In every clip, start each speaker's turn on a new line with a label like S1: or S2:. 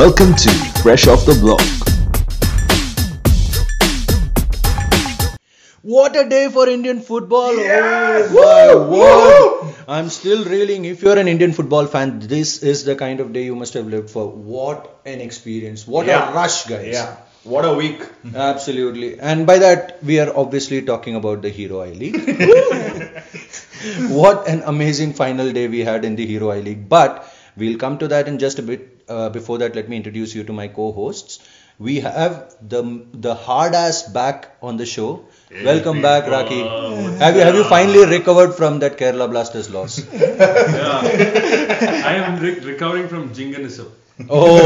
S1: Welcome to Fresh Off the Block.
S2: What a day for Indian football!
S3: Yes!
S2: Oh my
S3: Woo!
S2: word! I'm still reeling. If you're an Indian football fan, this is the kind of day you must have lived for. What an experience! What
S3: Yeah.
S2: a rush, guys!
S3: Yeah. What a week.
S2: Absolutely. And by that, we are obviously talking about the Hero I League. what an amazing final day we had in the Hero I League. But we'll come to that in just a bit. Uh, before that, let me introduce you to my co hosts. We have the the hard ass back on the show. Welcome back, Raki. Have you have you finally recovered from that Kerala Blasters loss?
S4: I am re- recovering from jingoism.
S2: oh,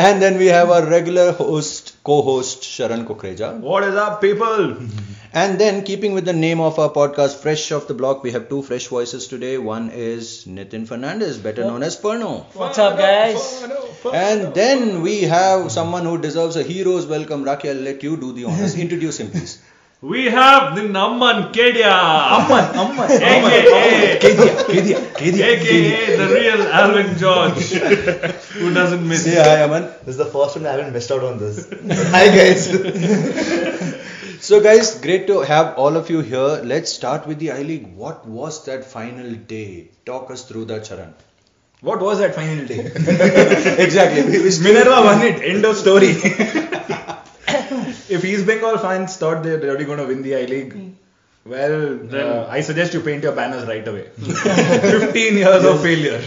S2: and then we have our regular host co-host Sharan Kukreja.
S3: What is up, people?
S2: And then, keeping with the name of our podcast, Fresh Off the Block, we have two fresh voices today. One is Nitin Fernandez, better known as Perno.
S5: What's up, guys?
S2: And then we have someone who deserves a hero's welcome. Raki, I'll let you do the honors. Introduce him, please.
S4: We have the Namman Kedia,
S5: Amman, Amman.
S4: aka,
S2: Kedia, Kedia, Kedia.
S4: aka the real Alvin George, who doesn't miss.
S2: Say hi, Aman.
S6: This is the first time I haven't missed out on this. Hi guys.
S2: So, guys, great to have all of you here. Let's start with the I League. What was that final day? Talk us through that, Charan.
S3: What was that final day?
S2: exactly. We- we still-
S3: Minerva won it. End of story. if East Bengal fans thought they're already going to win the I League, well,
S4: Then-
S3: uh, I suggest you paint your banners right away. 15 years of failure.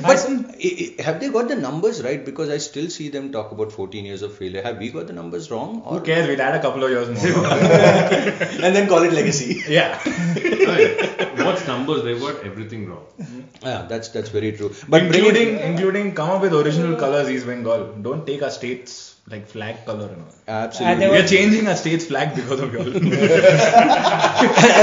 S2: But i- i- have they got the numbers right? Because I still see them talk about 14 years of failure. Have we got the numbers wrong? Or
S3: Who cares? We'll add a couple of years more.
S2: and then call it legacy.
S3: yeah.
S4: Right. What's numbers? They got everything wrong.
S2: yeah, that's that's very true. But bringing
S3: including, including come up with original colors, East Bengal. Don't take our state's like flag color and all.
S5: And
S2: absolutely.
S5: they
S3: We
S5: were-
S3: are changing our state's flag because of y'all.
S2: and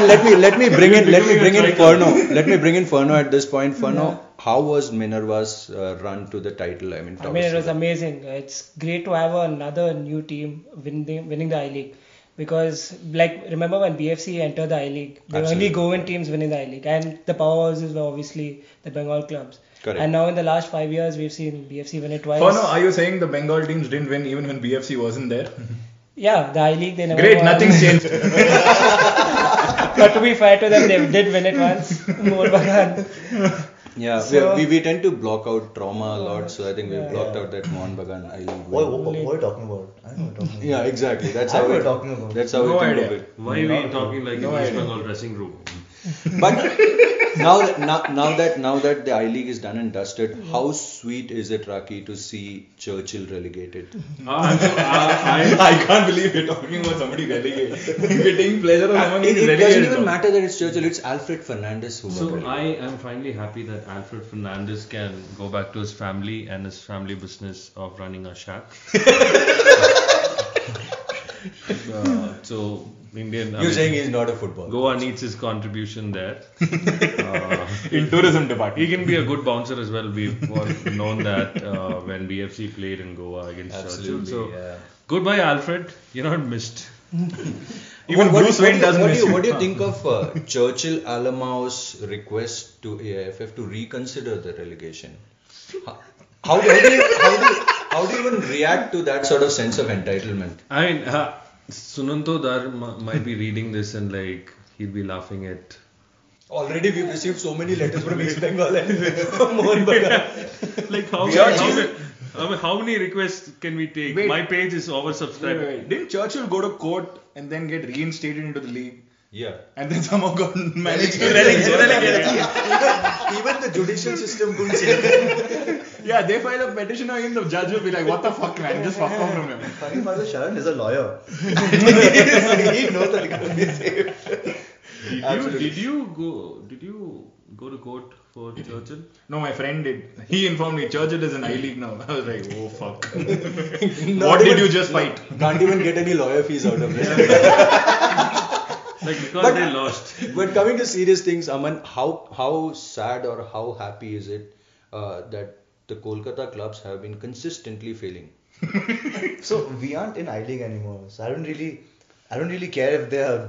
S2: let me let me bring in let me
S4: Becoming
S2: bring
S4: a
S2: in
S4: traitor.
S2: Furno. Let me bring in Furno at this point. Furno, how was Minerva's uh, run to the title? I mean,
S5: I
S2: talk
S5: mean,
S2: us
S5: it was
S2: through that.
S5: amazing. It's great to have another new team win the, winning the I League because, like, remember when BFC entered the I League, the
S2: Absolutely.
S5: only Goan teams winning the I League, and the powerhouses were obviously the Bengal clubs.
S2: Correct.
S5: And now in the last five years, we've seen BFC win it twice.
S3: Oh no, are you saying the Bengal teams didn't win even when BFC wasn't there?
S5: yeah, the I League they never.
S3: Great,
S5: won.
S3: nothing's changed.
S5: But to be fair to them, they did win it once. Mohun Bagan.
S2: yeah. we-
S5: So-
S2: we, we tend to block out trauma a lot, so I think we've
S5: Yeah.
S2: blocked out that Mon Bagan. I League
S6: What,
S2: win.
S6: what, what are you talking about? I don't know what you're talking about.
S2: Yeah, exactly. That's
S6: I
S2: how
S6: know
S2: we
S6: what you're talking about.
S2: That's how
S3: No
S2: we think of
S3: idea.
S2: it.
S4: Why are we talking like
S3: No
S4: in East
S3: idea.
S4: Bengal dressing room?
S2: But now, now, now that now that the I League is done and dusted, how sweet is it, Raki, to see Churchill relegated?
S4: Ah, I'm so- ah,
S3: I can't believe you're talking about somebody relegated. You're taking pleasure of someone
S2: it
S3: getting
S2: it doesn't even
S3: relegated.
S2: matter that it's Churchill; it's Alfred Fernandez who
S4: I-
S2: got
S4: so
S2: relegated.
S4: I am finally happy that Alfred Fernandez can go back to his family and his family business of running a shack. Uh, so Indian. I
S2: You're
S4: mean,
S2: saying he's not a footballer.
S4: Goa needs his contribution there.
S3: In tourism department.
S4: He can be a good bouncer as well. We've all known that uh, when BFC played in Goa against
S2: Absolutely.
S4: Churchill. So
S2: yeah.
S4: goodbye, Alfred. You're not missed.
S3: Even
S2: What- what-
S3: Bruce
S2: what
S3: Wayne
S2: do you-
S3: doesn't
S2: what do
S3: miss
S2: you,
S3: him.
S2: What do you think of uh, Churchill Alamouse request to AIFF to reconsider the relegation? How, how, do you, how, do you, how do you even react to that sort of sense of entitlement?
S4: I mean, uh, Sunanto Dar m- might be reading this and like he'll be laughing at.
S2: Already we've received so many letters from East Bengal and Mohan Bagan.
S4: Like how,
S3: We are
S4: how,
S3: choosing-
S4: many- I mean, how many requests can we take?
S3: Wait.
S4: My page is oversubscribed.
S3: Didn't Churchill go to court and then get reinstated into the league?
S2: Yeah.
S3: And then somehow got managed to
S4: Relegated.
S3: relegate.
S2: Even the judicial system couldn't say
S3: Yeah, they file a petition on him. The judge will be like, "What the fuck, man? Just fuck off from him."
S6: Funny Mother Sharon is a lawyer. he knows that he can't be saved.
S4: Did you,
S2: Absolutely.
S4: did you go? Did you go to court for Churchill?
S3: No, my friend did. He informed me Churchill is in I League now. I was like, "Oh fuck."
S2: Not
S3: what did
S2: even-
S3: you just fight?
S2: Can't even get any lawyer fees out of this.
S4: Like because
S2: But-
S4: they lost.
S2: But coming to serious things, Aman, how how sad or how happy is it uh, that the Kolkata clubs have been consistently failing?
S6: So we aren't in I League anymore. So I don't really, I don't really care if they are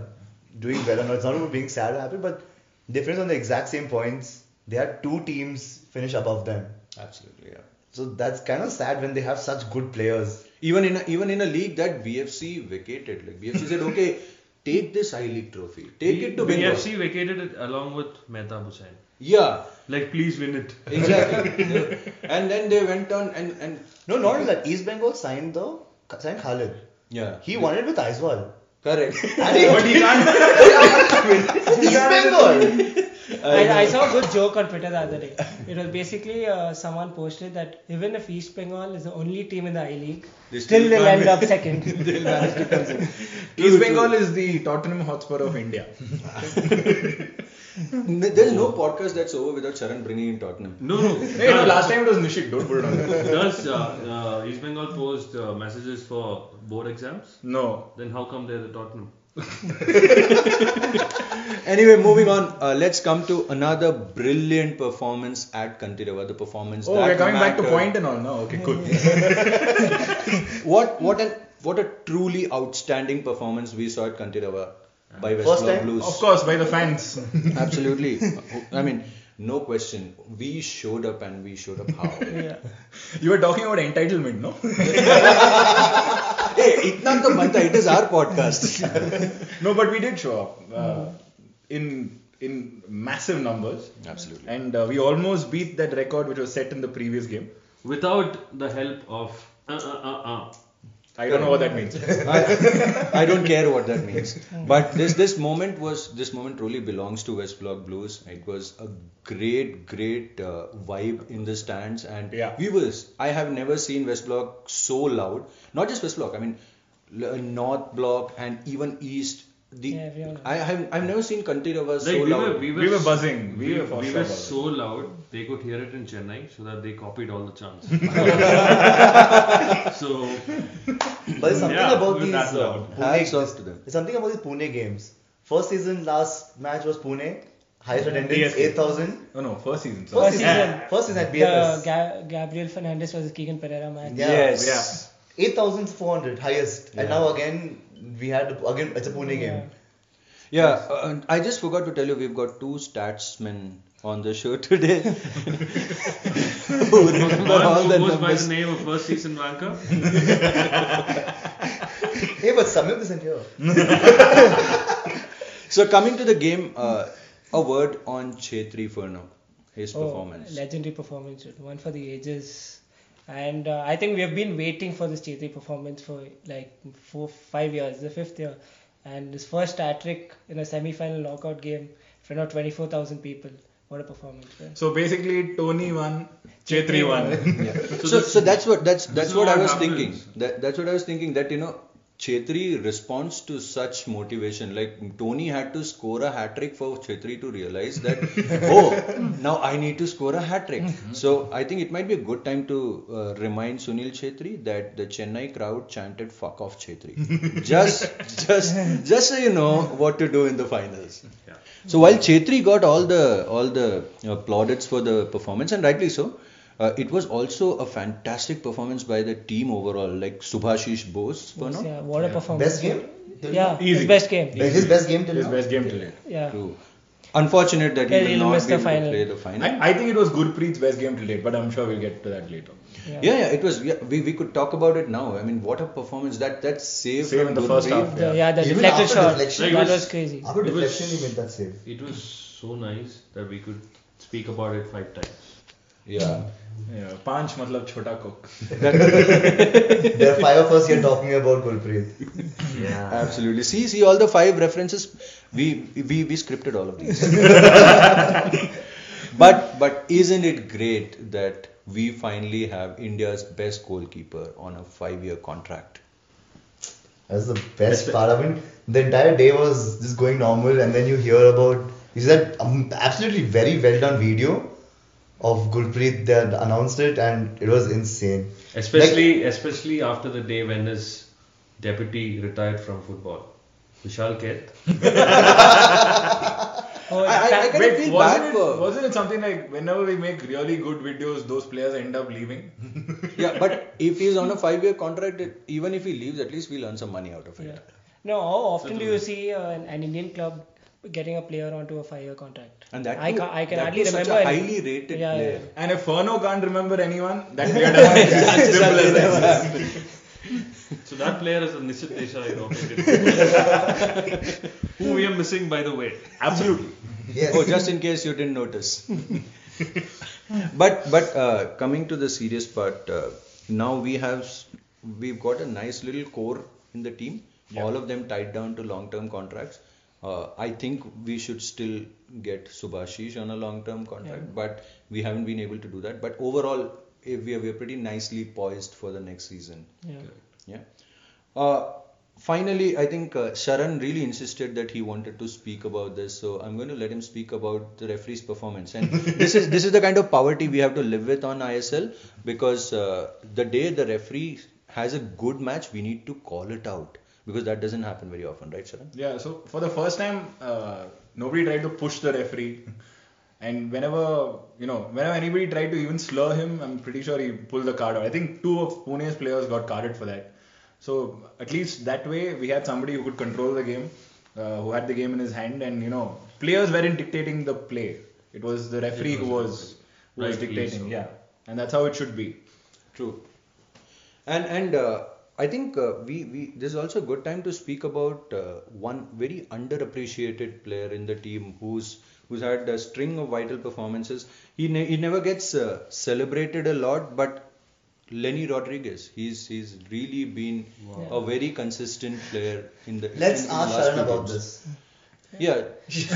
S6: doing well or not. It's not about being sad or happy, but difference on the exact same points. They had two teams finish above them.
S2: Absolutely, yeah.
S6: So that's kind of sad when they have such good players.
S2: Even in a, even in a league that BFC vacated, like BFC said, okay, take this I League trophy, take it to Bengal.
S4: BFC vacated it along with Mehta Hussain.
S2: Yeah,
S4: Like, please win it.
S2: exactly. and then they went on and and
S6: No, not only that. East Bengal signed the signed Khalid.
S2: yeah,
S6: He won it with Aizwal.
S2: correct.
S6: And he,
S4: But he can't.
S6: East Bengal.
S5: I, I saw a good joke on Twitter the other day. It was basically uh, someone posted that even if East Bengal is the only team in the I League,
S2: They still
S5: still they'll
S2: can't
S5: end up second.
S2: They'll manage to come second.
S3: East Bengal is the Tottenham Hotspur of India.
S2: There's no podcast that's over without Sharan bringing in Tottenham.
S4: No, no.
S3: Hey, no, last time it was Nishik. Don't put it on. there.
S4: Does uh, uh, East Bengal post uh, messages for board exams?
S3: No.
S4: Then how come they're the Tottenham?
S2: Anyway, moving on. Uh, let's come to another brilliant performance at Kantirava. The performance.
S3: Oh,
S2: that
S3: we're coming back to
S2: mattered.
S3: point and all now. Okay, cool.
S2: What what an what a truly outstanding performance we saw at Kantirava by West
S6: First
S2: Bengal
S6: time?
S2: Blues.
S3: of course, by the fans.
S2: Absolutely. I mean, no question. We showed up and we showed up how.
S5: yeah.
S3: You were talking about entitlement, no?
S2: hey, itna to banta. It is our podcast.
S3: no, but we did show up uh, in in massive numbers,
S2: Absolutely.
S3: and uh, we almost beat that record which was set in the previous game.
S4: Without the help of. Uh, uh, uh, uh.
S3: I don't know what that means.
S2: I, I don't care what that means.
S4: Mm.
S2: But this this moment was this moment really belongs to West Block Blues. It was a great great uh, vibe in the stands and
S3: Yeah.
S2: we was I have never seen West Block so loud. Not just West Block. I mean l- uh, North Block and even East. The
S5: Yeah, everyone.
S2: I have I've never seen Kantirava so
S4: Like, we,
S2: loud.
S4: were, we, were,
S3: We were
S4: s-
S3: buzzing. We
S4: We,
S3: were for
S4: we
S3: sure
S4: were
S3: buzzing.
S4: so loud, they could hear it in Chennai, so that they copied all the chants. so,
S6: But it's something about
S4: Yeah,
S6: these
S4: with that
S6: uh,
S4: loud.
S6: Pune.
S2: Hats off to them.
S6: It's something about these Pune games. First season, last match was Pune. Highest attendance,
S3: BSK.
S6: eight thousand.
S3: Oh no, first season.
S6: First
S3: Sorry.
S5: First
S6: season.
S5: season.
S6: First season at
S5: The
S6: BFS.
S5: Ga- Gabriel Fernandez versus Keegan Pereira match.
S6: Yeah.
S2: Yes.
S3: Yeah.
S6: 8,400 highest. And now again, we had again it's a Pune game.
S2: Yeah, uh, and I just forgot to tell you we've got two statsmen on the show today. who remember
S4: one
S2: all
S4: who
S2: the
S4: goes by
S2: numbers.
S4: the name of first season wanker.
S6: Hey, but Samyuk isn't here.
S2: So coming to the game, uh, a word on Chetri for now, his
S5: Oh,
S2: performance.
S5: Legendary performance, dude. one for the ages. And uh, I think we have been waiting for this Chetri performance for like four, five years, the fifth year. And his first hat trick in a semi final knockout game for now 24,000 people. What a performance. man.
S3: So basically, Tony won, Chetri won.
S2: Yeah. So, so,
S4: So this-
S2: that's what that's that's
S4: is
S2: what, I
S4: what
S2: was
S4: happens.
S2: thinking. That that's what I was thinking. That you know, Chetri responds to such motivation. Like Tony had to score a hat trick for Chetri to realize that oh, now I need to score a hat trick.
S4: Mm-hmm.
S2: So I think it might be a good time to uh, remind Sunil Chetri that the Chennai crowd chanted "fuck off Chetri." just just just so you know what to do in the finals.
S4: Yeah.
S2: So while Chetri got all the all the uh, plaudits for the performance, and rightly so, uh, it was also a fantastic performance by the team overall. Like Subhashish Bose, for now.
S5: Yeah, what a performance.
S6: Best game? till
S5: Yeah,
S3: Easy.
S5: his best game.
S6: now? His best game till
S3: His
S6: now?
S3: best game till date.
S5: Yeah.
S2: True. Unfortunate that he
S5: Yeah,
S2: will
S5: he'll
S2: not
S5: miss
S2: be
S5: the
S2: able to
S5: final.
S2: play the final.
S3: I, I think it was Gurpreet's best game till date, but I'm sure we'll get to that later.
S5: Yeah.
S2: yeah, yeah, it was. Yeah, we, we could talk about it now. I mean, what a performance! That that save,
S3: Save
S2: from
S3: in the first
S2: Gurpreet.
S3: half.
S5: The, yeah, the
S6: Even
S5: deflected
S6: after
S5: shot.
S6: deflection,
S5: that
S4: it
S5: was
S4: was-
S5: crazy.
S6: After
S4: It was-
S6: deflection, he made that save.
S4: It was so nice that we could speak about it five times.
S2: Yeah.
S3: Yeah. Panch matlab chota cook.
S6: There are five of us here talking about Gulpreet. Yeah.
S2: Absolutely. See, see all the five references. We we, we scripted all of these. but but isn't it great that we finally have India's best goalkeeper on a five-year contract?
S6: That's the best part. I mean, the entire day was just going normal, and then you hear about is that um, absolutely very well done video of Gulpreet. They had announced it, and it was insane.
S4: Especially, especially after the day when his deputy retired from football, Vishal Keth.
S5: Oh,
S2: I, I, I kind of
S3: Wait,
S2: feel
S3: wasn't
S2: bad
S3: it,
S2: for.
S3: wasn't it something like whenever we make really good videos, those players end up leaving?
S2: Yeah, but if he's on a five-year contract, it, even if he leaves, at least we'll earn some money out of it.
S5: Yeah. No, how often do you see uh, an, an Indian club getting a player onto a five-year contract.
S2: And that
S5: I
S2: too-
S5: can I can
S2: that
S5: hardly
S2: too such
S5: remember.
S2: a
S5: any-
S2: highly rated
S5: Yeah, yeah,
S2: player.
S5: yeah.
S3: And if Furno can't remember anyone, that player doesn't exist.
S2: Chances are
S3: Simple
S2: they
S3: as that.
S2: never happen.
S4: So that player is a Nishit Desai in operated. Who we are missing, by the way.
S3: Absolutely.
S6: Yes.
S2: Oh, just in case you didn't notice. but but uh, coming to the serious part, uh, now we have s- we've got a nice little core in the team. All of them tied down to long-term contracts. Uh, I think we should still get Subhashish on a long-term contract, but we haven't been able to do that. But overall, eh, we are we are pretty nicely poised for the next season.
S5: Yeah.
S2: Yeah. Uh, finally, I think uh, Sharan really insisted that he wanted to speak about this, so I'm going to let him speak about the referee's performance. And this is this is the kind of poverty we have to live with on ISL because uh, the day the referee has a good match, we need to call it out because that doesn't happen very often, right, Sharan?
S3: Yeah, so for the first time, uh, nobody tried to push the referee. And whenever, you know, whenever anybody tried to even slur him, I'm pretty sure he pulled the card out. I think two of Pune's players got carded for that. So at least that way, we had somebody who could control the game, uh, who had the game in his hand, and, you know, players weren't dictating the play. It was the referee who was, who was
S4: Rightly
S3: dictating.
S4: so.
S3: Yeah. And that's how it should be.
S2: True. And and uh, I think uh, we we this is also a good time to speak about uh, one very underappreciated player in the team who's who's had a string of vital performances. He ne- he never gets uh, celebrated a lot, but Lenny Rodriguez, he's he's really been a very consistent player in the.
S6: Let's
S2: in the last
S6: ask Sharan
S2: few
S6: about
S2: games.
S6: this.
S2: Yeah.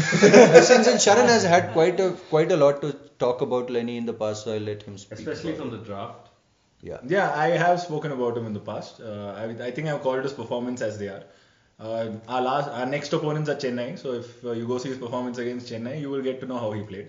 S2: since, since Sharan has had quite a quite a lot to talk about Lenny in the past, so I'll let him speak.
S4: Especially
S2: about
S4: from the draft.
S2: it. yeah.
S3: Yeah, I have spoken about him in the past. Uh, I, I think I've called his performance as they are. Uh, our last, our next opponents are Chennai. So if uh, you go see his performance against Chennai, you will get to know how he played.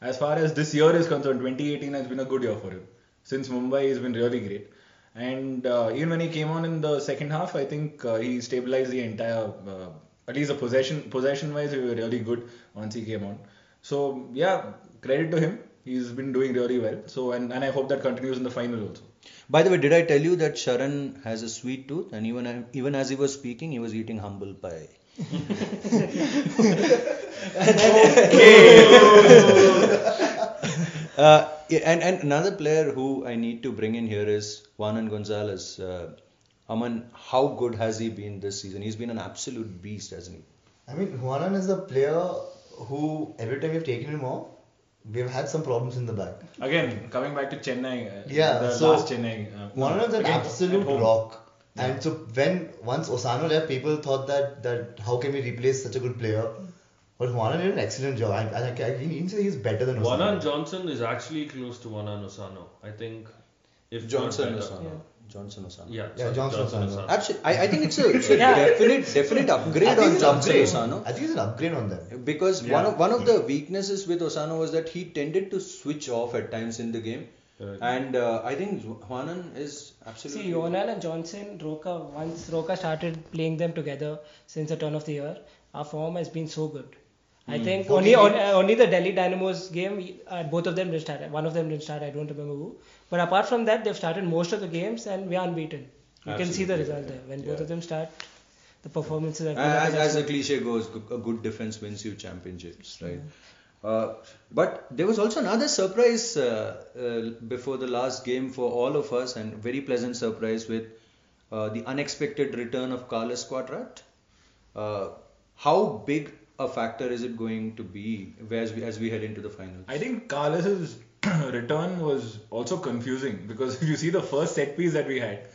S3: As far as this year is concerned, 2018 has been a good year for him. Since Mumbai, he's been really great. And uh, even when he came on in the second half, I think uh, he stabilized the entire, uh, at least the possession possession wise, we were really good once he came on. So yeah, credit to him. He's been doing really well. So and, and I hope that continues in the final also.
S2: By the way, did I tell you that Sharan has a sweet tooth? And even even as he was speaking, he was eating humble pie. Uh, yeah, and and another player who I need to bring in here is Juanan Gonzalez. Uh, Aman, how good has he been this season? He's been an absolute beast, hasn't he?
S6: I mean, Juanan is a player who every time we've taken him off, we've had some problems in the back.
S3: Again, coming back to Chennai, uh,
S6: Yeah,
S3: the
S6: so
S3: last Chennai. Uh,
S6: Juanan is an
S3: again,
S6: absolute
S3: at home.
S6: rock. And so when once Osano left, people thought that that how can we replace such a good player? But Juanan did an excellent job. I, I, I can even say he's better than Osano.
S4: Wanan Johnson is actually close to Wanan Osano. I think if
S2: Johnson
S4: not better-
S2: Osano. Johnson Osano.
S4: Yeah,
S6: Yeah,
S4: sorry,
S6: Johnson
S4: Johnson
S6: Osano.
S4: Osano.
S2: Actually, I, I think it's a, it's a
S5: Yeah.
S2: definite definite upgrade
S6: I think
S2: on
S6: it's
S2: Johnson
S6: an
S2: Osano.
S6: upgrade. I think it's an upgrade on them.
S2: Because one of one of the weaknesses with Osano was that he tended to switch off at times in the game,
S4: Correct.
S2: and uh, I think Juanan is absolutely.
S5: See, Yonan and Johnson, Roca, once Roca started playing them together since the turn of the year, our form has been so good. I
S2: Hmm.
S5: think
S6: Okay.
S5: only on, uh, only the Delhi Dynamo's game, uh, both of them didn't start. One of them didn't start, I don't remember who. But apart from that, they've started most of the games and we are unbeaten. You can see
S2: Absolutely,
S5: the result there. When both
S2: yeah.
S5: of them start, the performances are
S2: As,
S5: good.
S2: as the cliche goes, g- a good defense wins you championships, right? Uh, but there was also another surprise uh, uh, before the last game for all of us, and very pleasant surprise with uh, the unexpected return of Carlos Quadrat. Uh, how big a factor is it going to be as we, as we head into the finals?
S3: I think Carlos's return was also confusing because if you see the first set piece that we had,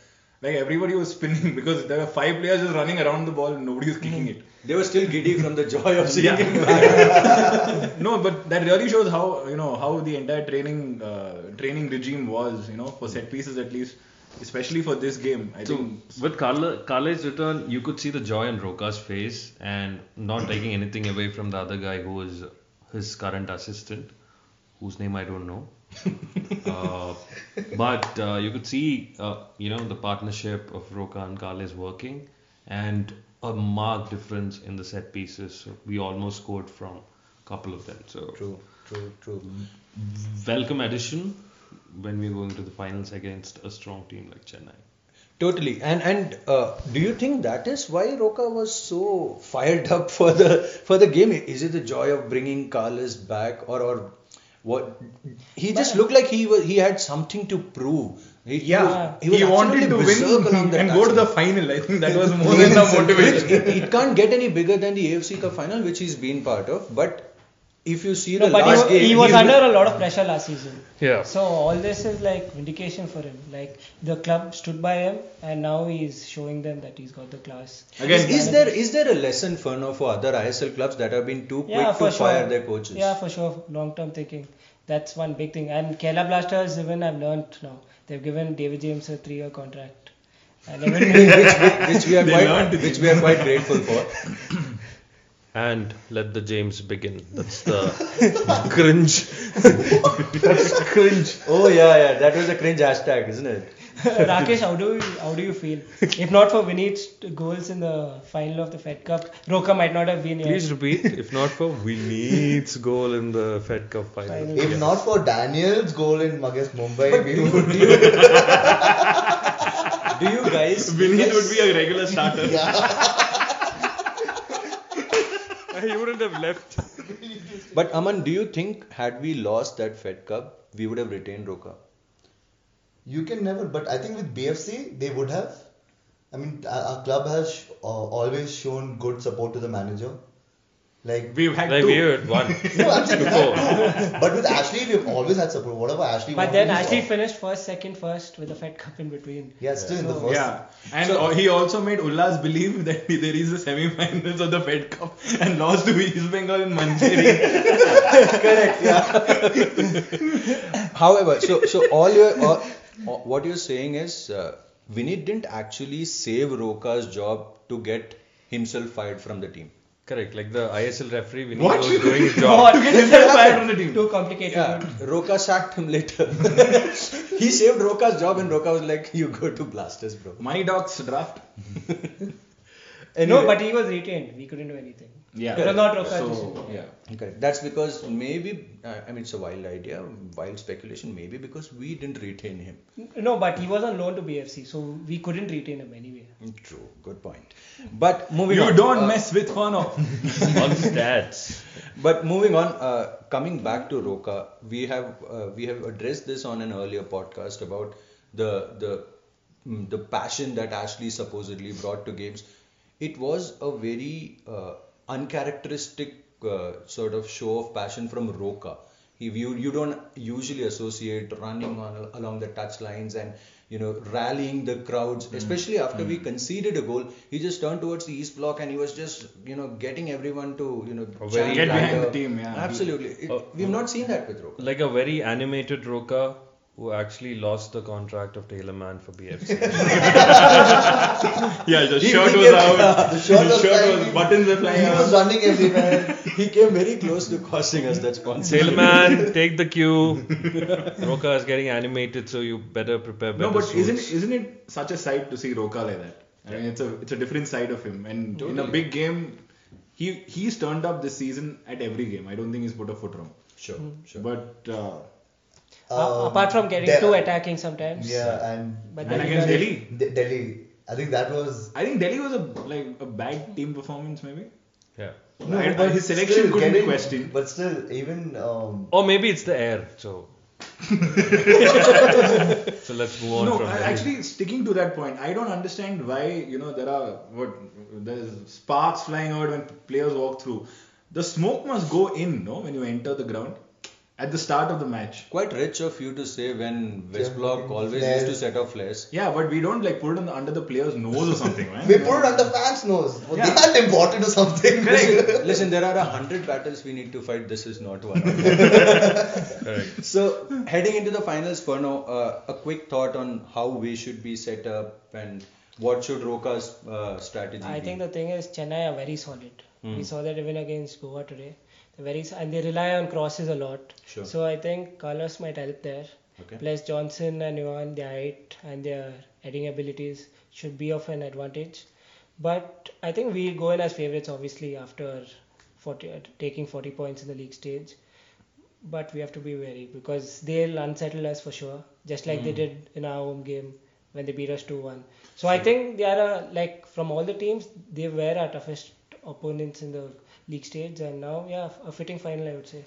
S3: like everybody was spinning because there were five players just running around the ball and nobody was kicking it.
S2: They were still giddy from the joy of seeing
S3: Yeah.
S2: him back.
S3: No, but that really shows how you know how the entire training uh, training regime was, you know, for set pieces at least, especially for this game. I
S4: So
S3: think
S4: with Carla, Carla's return, you could see the joy on Roca's face, and not taking anything away from the other guy who is his current assistant, whose name I don't know. uh, but uh, you could see, uh, you know, the partnership of Roca and Carles working, and a marked difference in the set pieces. So we almost scored from a couple of them. So
S2: True, true, true.
S4: welcome addition when we're going to the finals against a strong team like Chennai.
S2: Totally. And and uh, do you think that is why Roca was so fired up for the for the game? Is it the joy of bringing Carlos back or or what? He just looked like he was he had something to prove. He, he
S3: Yeah,
S2: was-
S3: he,
S2: was
S3: wanted to
S2: absolutely berserk along
S3: win
S2: that
S3: and go to the
S2: touchline.
S3: final. I think that was more than the
S2: Which
S3: motivation.
S2: it, it can't get any bigger than the AFC Cup final, which he's been part of. But if you see
S5: No,
S2: the
S5: but he,
S2: last
S5: wa-
S2: game,
S5: he was
S2: he's-
S5: under a lot of pressure last season.
S4: Yeah.
S5: So all this is like vindication for him. Like the club stood by him, and now he's showing them that he's got the class.
S3: Again,
S2: is, is there is there a lesson for now for other ISL clubs that have been too quick
S5: Yeah, for
S2: to fire
S5: sure.
S2: their coaches?
S5: Yeah, for sure. Long term thinking. That's one big thing. And Kerala Blasters, even I've learned now, they've given David James a three year contract. And even
S2: which we are
S3: They
S2: quite
S3: learned.
S2: which we are quite grateful for.
S4: And let the James begin. That's the cringe. cringe.
S2: Oh yeah, yeah, that was a cringe hashtag, isn't it?
S5: Rakesh, how do you, how do you feel? If not for Vinit's goals in the final of the Fed Cup, Roka might not have been here.
S4: Please repeat. If not for we needs goal in the Fed Cup final.
S5: Final.
S6: If not for Daniel's goal in against Mumbai, we would.
S2: Do you guys?
S3: Vinit would be a regular starter.
S4: he wouldn't have left.
S2: But Aman, do you think had we lost that Fed Cup, we would have retained Roka?
S6: You can never, but I think with BFC, they would have. I mean, our our club has sh- uh, always shown good support to the manager. Like,
S3: We've had
S4: Like
S3: two.
S4: we had one
S6: no, I'm saying
S4: before.
S6: But with Ashley, we've always had support. Whatever Ashley
S5: But
S6: wanted,
S5: then
S6: we
S5: Ashley
S6: saw.
S5: finished first, second, first with the Fed Cup in between.
S6: Yeah, still in the
S5: So-
S6: first.
S3: Yeah, and he also made Ullas believe that there is a semi-finals of the Fed Cup and lost to East Bengal in Mancheri.
S2: However, so so all your all, all- what you're saying is uh, Vinit didn't actually save Roka's job to get himself fired from the team.
S4: Correct. Like the ISL referee, we
S3: What?
S4: was doing his job.
S5: God,
S3: to get himself fired from the team.
S5: Too complicated.
S2: Yeah, Roka sacked him later. he saved Roka's job, and Roka was like, "You go to Blasters, bro."
S3: My dogs draft.
S5: No, but he was retained. We couldn't do anything.
S3: Yeah.
S5: It was not Roka.
S3: So yeah.
S2: Okay, that's because maybe uh, I mean it's a wild idea, wild speculation. Maybe because we didn't retain him.
S5: No, but he was on loan to BFC, so we couldn't retain him anyway.
S2: True, good point. But moving
S3: You
S2: on,
S3: don't
S2: uh,
S3: mess with Fano.
S4: On stats.
S2: But moving on, uh, coming back to Roka, we have uh, we have addressed this on an earlier podcast about the the mm, the passion that Ashley supposedly brought to games. It was a very uh, uncharacteristic uh, sort of show of passion from Roka. He, you, you don't usually associate running on, along the touch lines and you know rallying the crowds,
S3: Hmm.
S2: especially after we conceded a goal. He just turned towards the East Block and he was just you know getting everyone to you know
S4: very
S2: Get
S4: Get
S3: behind the team, yeah. Oh.
S2: Absolutely. It-
S4: Uh,
S2: we've not seen that with Roka.
S4: Like a very animated Roka who actually lost the contract of Taylor Man for BFC.
S3: Yeah, the
S2: He-
S3: shirt
S2: he
S3: was
S2: came-
S3: out.
S6: The shirt was flying.
S3: was buttons were flying
S6: He was
S3: out.
S6: running everywhere.
S2: He came very close to costing us that sponsor.
S4: Taylor Man, take the cue. Roka is getting animated, so you better prepare better
S3: No, but
S4: suits.
S3: isn't isn't it such a sight to see Roka like that? I mean, it's a it's a different side of him, and in a
S2: Totally.
S3: big game, he he's turned up this season at every game. I don't think he's put a foot wrong.
S2: Sure, sure.
S3: But uh,
S5: A-
S6: Um,
S5: apart from getting
S6: De-
S5: too attacking sometimes.
S6: Yeah, and
S5: But
S3: and
S5: then
S3: against
S5: he got-
S3: Delhi,
S6: De- Delhi. I think that was.
S3: I think Delhi was a like a bad team performance maybe.
S4: Yeah.
S6: No,
S3: And-
S6: but
S3: and his selection
S6: still
S3: couldn't be
S6: getting-
S3: questioned.
S6: But still, even um,
S4: Or maybe it's the air. So. so let's move on
S3: No,
S4: from
S3: I-
S4: there.
S3: actually sticking to that point, I don't understand why you know there are what there's sparks flying out when players walk through. The smoke must go in, no, when you enter the ground at the start of the match.
S2: Quite rich of you to say when West
S6: Yeah,
S2: Block
S6: fucking
S2: always
S6: flares.
S2: used to set off flares.
S3: Yeah, but we don't like put it on the, under the player's nose or something, right?
S6: we put it on the fans' nose. Well,
S3: Yeah.
S6: They had important or something.
S2: Listen, there are a hundred battles we need to fight. This is not one. of them.
S4: Correct.
S2: so heading into the finals, Perno, uh, a quick thought on how we should be set up and what should Roka's uh, strategy Hmm.
S5: I
S2: be?
S5: think the thing is Chennai are very solid. We saw that even against Goa today. They're very s- and they rely on crosses a lot.
S2: Sure.
S5: So I think Carlos might help there.
S2: Okay.
S5: Plus Johnson and Yuan, their height and their heading abilities should be of an advantage. But I think we'll go in as favorites obviously after 40, uh, taking 40 points in the league stage.
S2: Hmm.
S5: But we have to be wary because they'll unsettle us for sure, just like they did in our home game when they beat us 2-1. So
S2: Hmm.
S5: I think they are uh, like from all the teams they were our toughest opponents in the league stage, and now yeah, f- a fitting final I would say.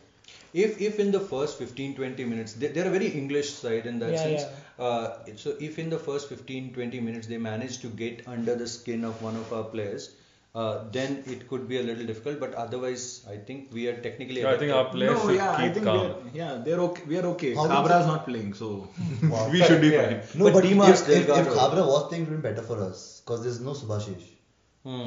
S2: If if in the first 15 20 minutes they, they're a very English side in that
S5: Yeah,
S2: sense. Uh, so if in the first 15 20 minutes they manage to get under the skin of one of our players, uh, then it could be a little difficult. But otherwise, I think we are technically.
S4: So I think our
S2: adapted.
S4: players
S3: no,
S4: should
S3: yeah, I
S4: keep
S3: think
S4: calm.
S3: we're, yeah, they're okay. We are okay.
S6: How
S3: Khabra's
S6: is it-
S3: not playing, so
S6: Wow.
S3: we should be
S2: Yeah.
S3: fine.
S6: No,
S2: But
S6: but,
S2: Dimas
S6: if, if, if
S2: Delgado-
S6: Khabra was playing, it would be better for us because there's no Subhashish.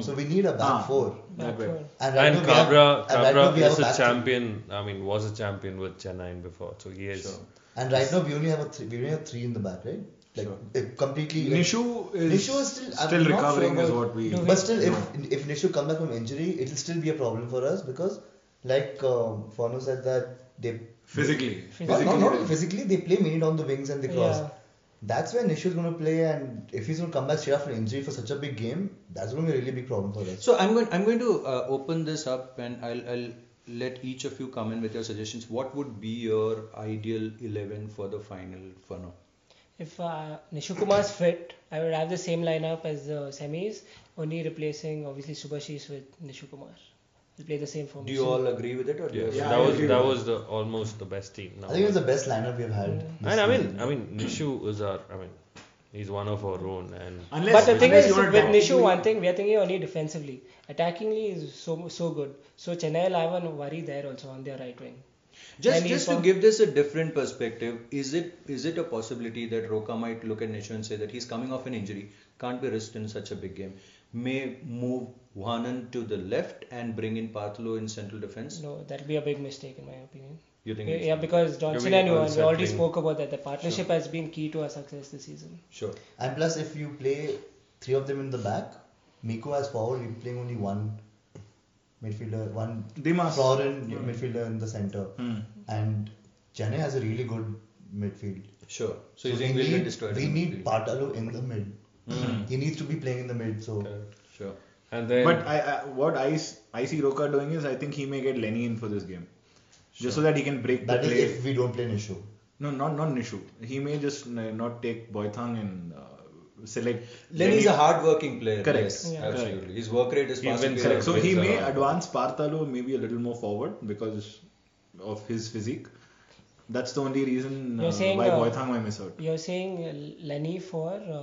S6: So we need a back
S3: Ah.
S6: four.
S3: That
S5: uh,
S3: way.
S6: right
S4: And
S6: now we have-
S4: Cabra,
S6: and right now
S4: Cabra
S6: we have
S4: is a
S6: back three.
S4: champion. I mean, was a champion with Chennai before, so he is.
S6: And right now we only have a three, we only have three in the back, right? Like it completely. like-
S3: Nishu is,
S6: Nishu is still, I'm
S3: still
S6: not sure
S3: recovering, is
S6: about-
S3: what we.
S6: But still,
S3: know.
S6: if if Nishu comes back from injury, it'll still be a problem for us because, like um, Fano said, that they
S3: physically,
S6: not,
S3: physically,
S6: not, not only physically they play minute on the wings and they cross.
S5: Yeah.
S6: That's where Nishu is going to play, and if he's going to come back straight after injury for such a big game, that's going to be a really big problem for us.
S2: So I'm going. I'm going to uh, open this up, and I'll, I'll let each of you come in with your suggestions. What would be your ideal eleven for the final for now?
S5: If uh, Nishu Kumar's fit, I would have the same lineup as the semis, only replacing obviously Subhashish with Nishu Kumar. We'll play the same formation.
S2: Do you all agree with it, or do you
S4: Yes,
S3: Yeah,
S4: that
S3: I
S4: was
S3: agree
S4: that
S3: with
S4: was the almost the best team. Now.
S6: I think it's the best lineup we've had. this
S4: and I
S6: season.
S4: mean, I mean, Nishu is our. I mean, he's one of our own, and
S3: Unless,
S5: But the thing
S3: unless
S5: is,
S3: you
S5: with
S3: want to-
S5: Nishu, one thing we are thinking only defensively. Attackingly is so so good. So Chennai will have an worry there also on their right wing.
S2: Just,
S5: Then he's
S2: just to
S5: from-
S2: give this a different perspective, is it is it a possibility that Roka might look at Nishu and say that he's coming off an injury, can't be risked in such a big game, may move Wanan to the left and bring in Pathlo in central defense?
S5: No, that'll be a big mistake in my opinion.
S2: You think? it's-
S5: Yeah, because Johnson
S4: mean
S5: and Yuan, we
S4: concept
S5: already
S4: thing.
S5: spoke about that. The partnership has been key to our success this season.
S2: Sure.
S6: And plus, if you play three of them in the back, Miko as forward, you're playing only one midfielder, one
S3: Dimas.
S6: foreign midfielder in the center.
S3: Hmm.
S6: And Chennai has a really good midfield.
S2: Sure. So, you think we'll get
S6: need,
S2: destroyed?
S6: we
S2: in the
S6: need
S2: field?
S6: Patalo in the mid.
S3: Hmm.
S6: He needs to be playing in the mid. So
S2: Sure.
S4: and then
S3: But I, I, what I, s- I see Roka doing is, I think he may get Lenny in for this game, just so that he can break
S6: that
S3: the
S6: is
S3: play.
S6: if we don't play Nishu.
S3: No, not not Nishu. He may just n- not take Boythang and uh, select.
S2: Lenny's
S3: Lenny.
S2: a hard-working player.
S3: Correct.
S2: Yes,
S5: Yeah.
S2: absolutely. His work rate is
S4: He
S2: passing
S4: wins
S2: period.
S3: Correct. So he
S4: Wins
S3: may
S2: Uh,
S4: around.
S3: advance Partalo maybe a little more forward because of his physique. That's the only reason uh,
S5: You're saying,
S3: why
S5: uh,
S3: Boythang might miss out.
S5: You're saying uh, Lenny for uh,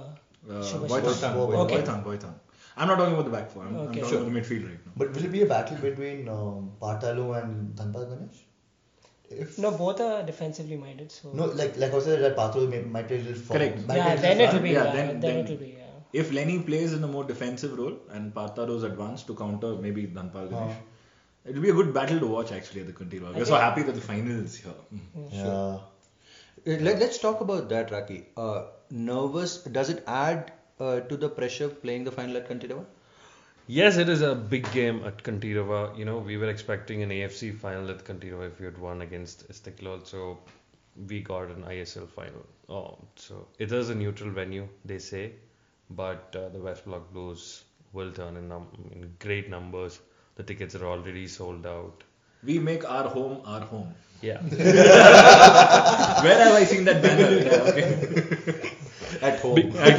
S3: Uh,
S5: Subhashish.
S3: Boythang,
S6: Boythang,
S3: Boythang,
S5: Okay.
S3: Boythang, Boythang. I'm not talking about the back four. I'm, I'm
S5: Okay.
S3: talking
S5: Sure.
S3: about the midfield right now.
S6: But will it be a battle between um, Patalo and Dhanpal Ganesh? If
S5: No, both are defensively minded. So
S6: no, like like I said, that Patalo may, might play a little forward.
S3: Correct.
S6: might
S5: yeah,
S6: play a
S5: then
S6: little
S5: it will be
S3: Yeah,
S5: yeah,
S3: then-
S5: then,
S3: then-
S5: it will be yeah.
S3: If Lenny plays in a more defensive role and Partaro's advanced to counter maybe Dhanpal Ganesh, it'll be a good battle to watch actually at the Kunti Royal. We're so happy that the final is here. Hmm.
S6: forward. Yeah.
S2: Uh, Let, let's talk about that, Raki. Uh, nervous? Does it add uh, to the pressure playing the final at Kantirawa?
S4: yes, it is a big game at Kantirava. You know, we were expecting an AFC final at Kantirava if we had won against Istiklal, so we got an ISL final. Oh, so it is a neutral venue, they say, but uh, the West Block Blues will turn in, num- in great numbers. The tickets are already sold out.
S3: We make our home our home.
S4: Yeah.
S3: Where have I seen that banner? Yeah, okay.
S2: At home.
S4: Big,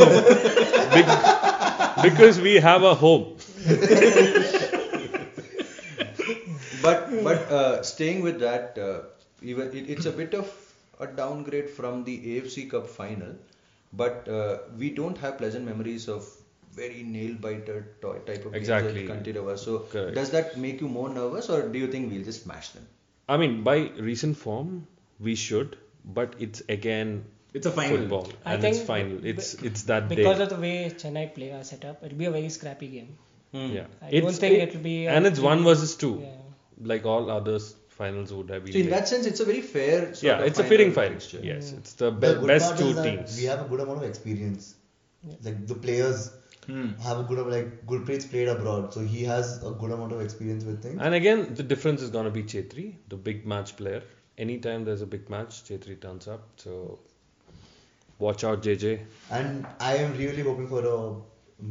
S4: Big- because we have a home.
S2: But but uh, staying with that, uh, even it, it's a bit of a downgrade from the AFC Cup final. But uh, we don't have pleasant memories of very nail biter toy type of
S4: Exactly.
S2: games at Kantirawa. So
S4: Correct.
S2: does that make you more nervous, or do you think we'll just smash them?
S4: I mean, by recent form, we should, but it's again
S3: It's a final.
S4: football,
S5: I
S4: and
S5: think
S4: it's final. It's it's that
S5: Because
S4: day.
S5: of the way Chennai play our setup, it'll be a very scrappy game.
S4: yeah,
S5: I don't think it'll be a-
S4: and it's one versus two,
S5: Yeah.
S4: like all others finals would have been.
S2: So in
S4: like-
S2: that sense, it's a very fair. Sort
S4: yeah,
S2: of
S4: it's a fitting final.
S2: fixture.
S4: Yes,
S5: Hmm.
S4: it's the,
S6: The
S4: be-
S6: good
S4: best
S6: part
S4: two
S6: is that
S4: teams.
S6: We have a good amount of experience. Like the players have a good amount. Like Gurpreet's played abroad, so he has a good amount of experience with things.
S4: And again, the difference is gonna be Chetri, the big match player. Anytime there's a big match, Chetri turns up. So watch out, JJ.
S6: And I am really hoping for a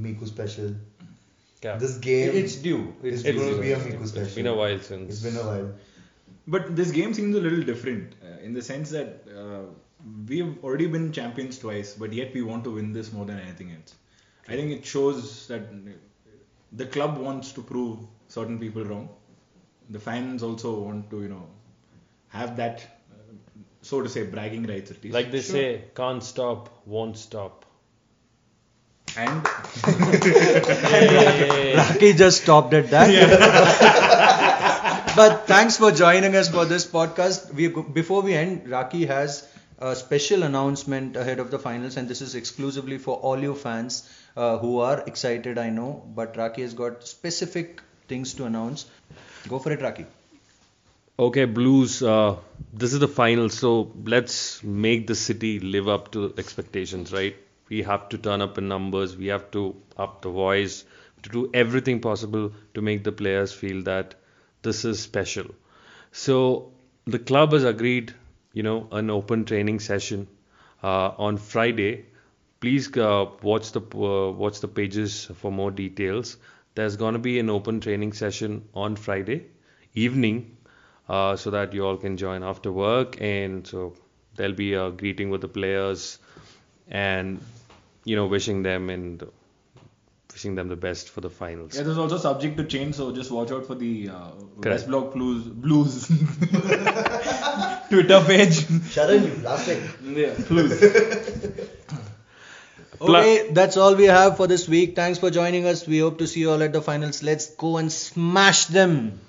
S6: Miku special.
S4: Yeah.
S6: This game
S2: It's due. It's
S6: is
S2: due.
S4: it's
S6: going to be a Miku special.
S4: It's been a while since.
S6: It's been a while.
S3: But this game seems a little different uh, in the sense that uh, we've already been champions twice, but yet we want to win this more than anything else. I think it shows that uh, the club wants to prove certain people wrong. The fans also want to, you know, have that, uh, so to say, bragging rights at least.
S7: Like they say, can't stop, won't stop.
S3: and
S2: Raki just stopped at that. but thanks for joining us for this podcast. We before we end, Raki has a special announcement ahead of the finals, and this is exclusively for all you fans uh, who are excited. I know, but Raki has got specific things to announce. Go for it, Raki.
S4: Okay, Blues, uh, this is the final, so let's make the city live up to expectations, right? We have to turn up in numbers, we have to up the voice, to do everything possible to make the players feel that this is special. So the club has agreed, you know, an open training session uh, on Friday. Please uh, watch the uh, watch the pages for more details. There's gonna be an open training session on Friday evening, uh, so that you all can join after work. And so there'll be a greeting with the players, and you know, wishing them and wishing them the best for the finals.
S3: yeah, this is also subject to change, so just watch out for the uh,
S4: Correct.
S3: West Block Blues, Blues Twitter page.
S6: Sharan, you plastic.
S3: yeah, Blues.
S2: Okay, that's all we have for this week. Thanks for joining us. We hope to see you all at the finals. Let's go and smash them.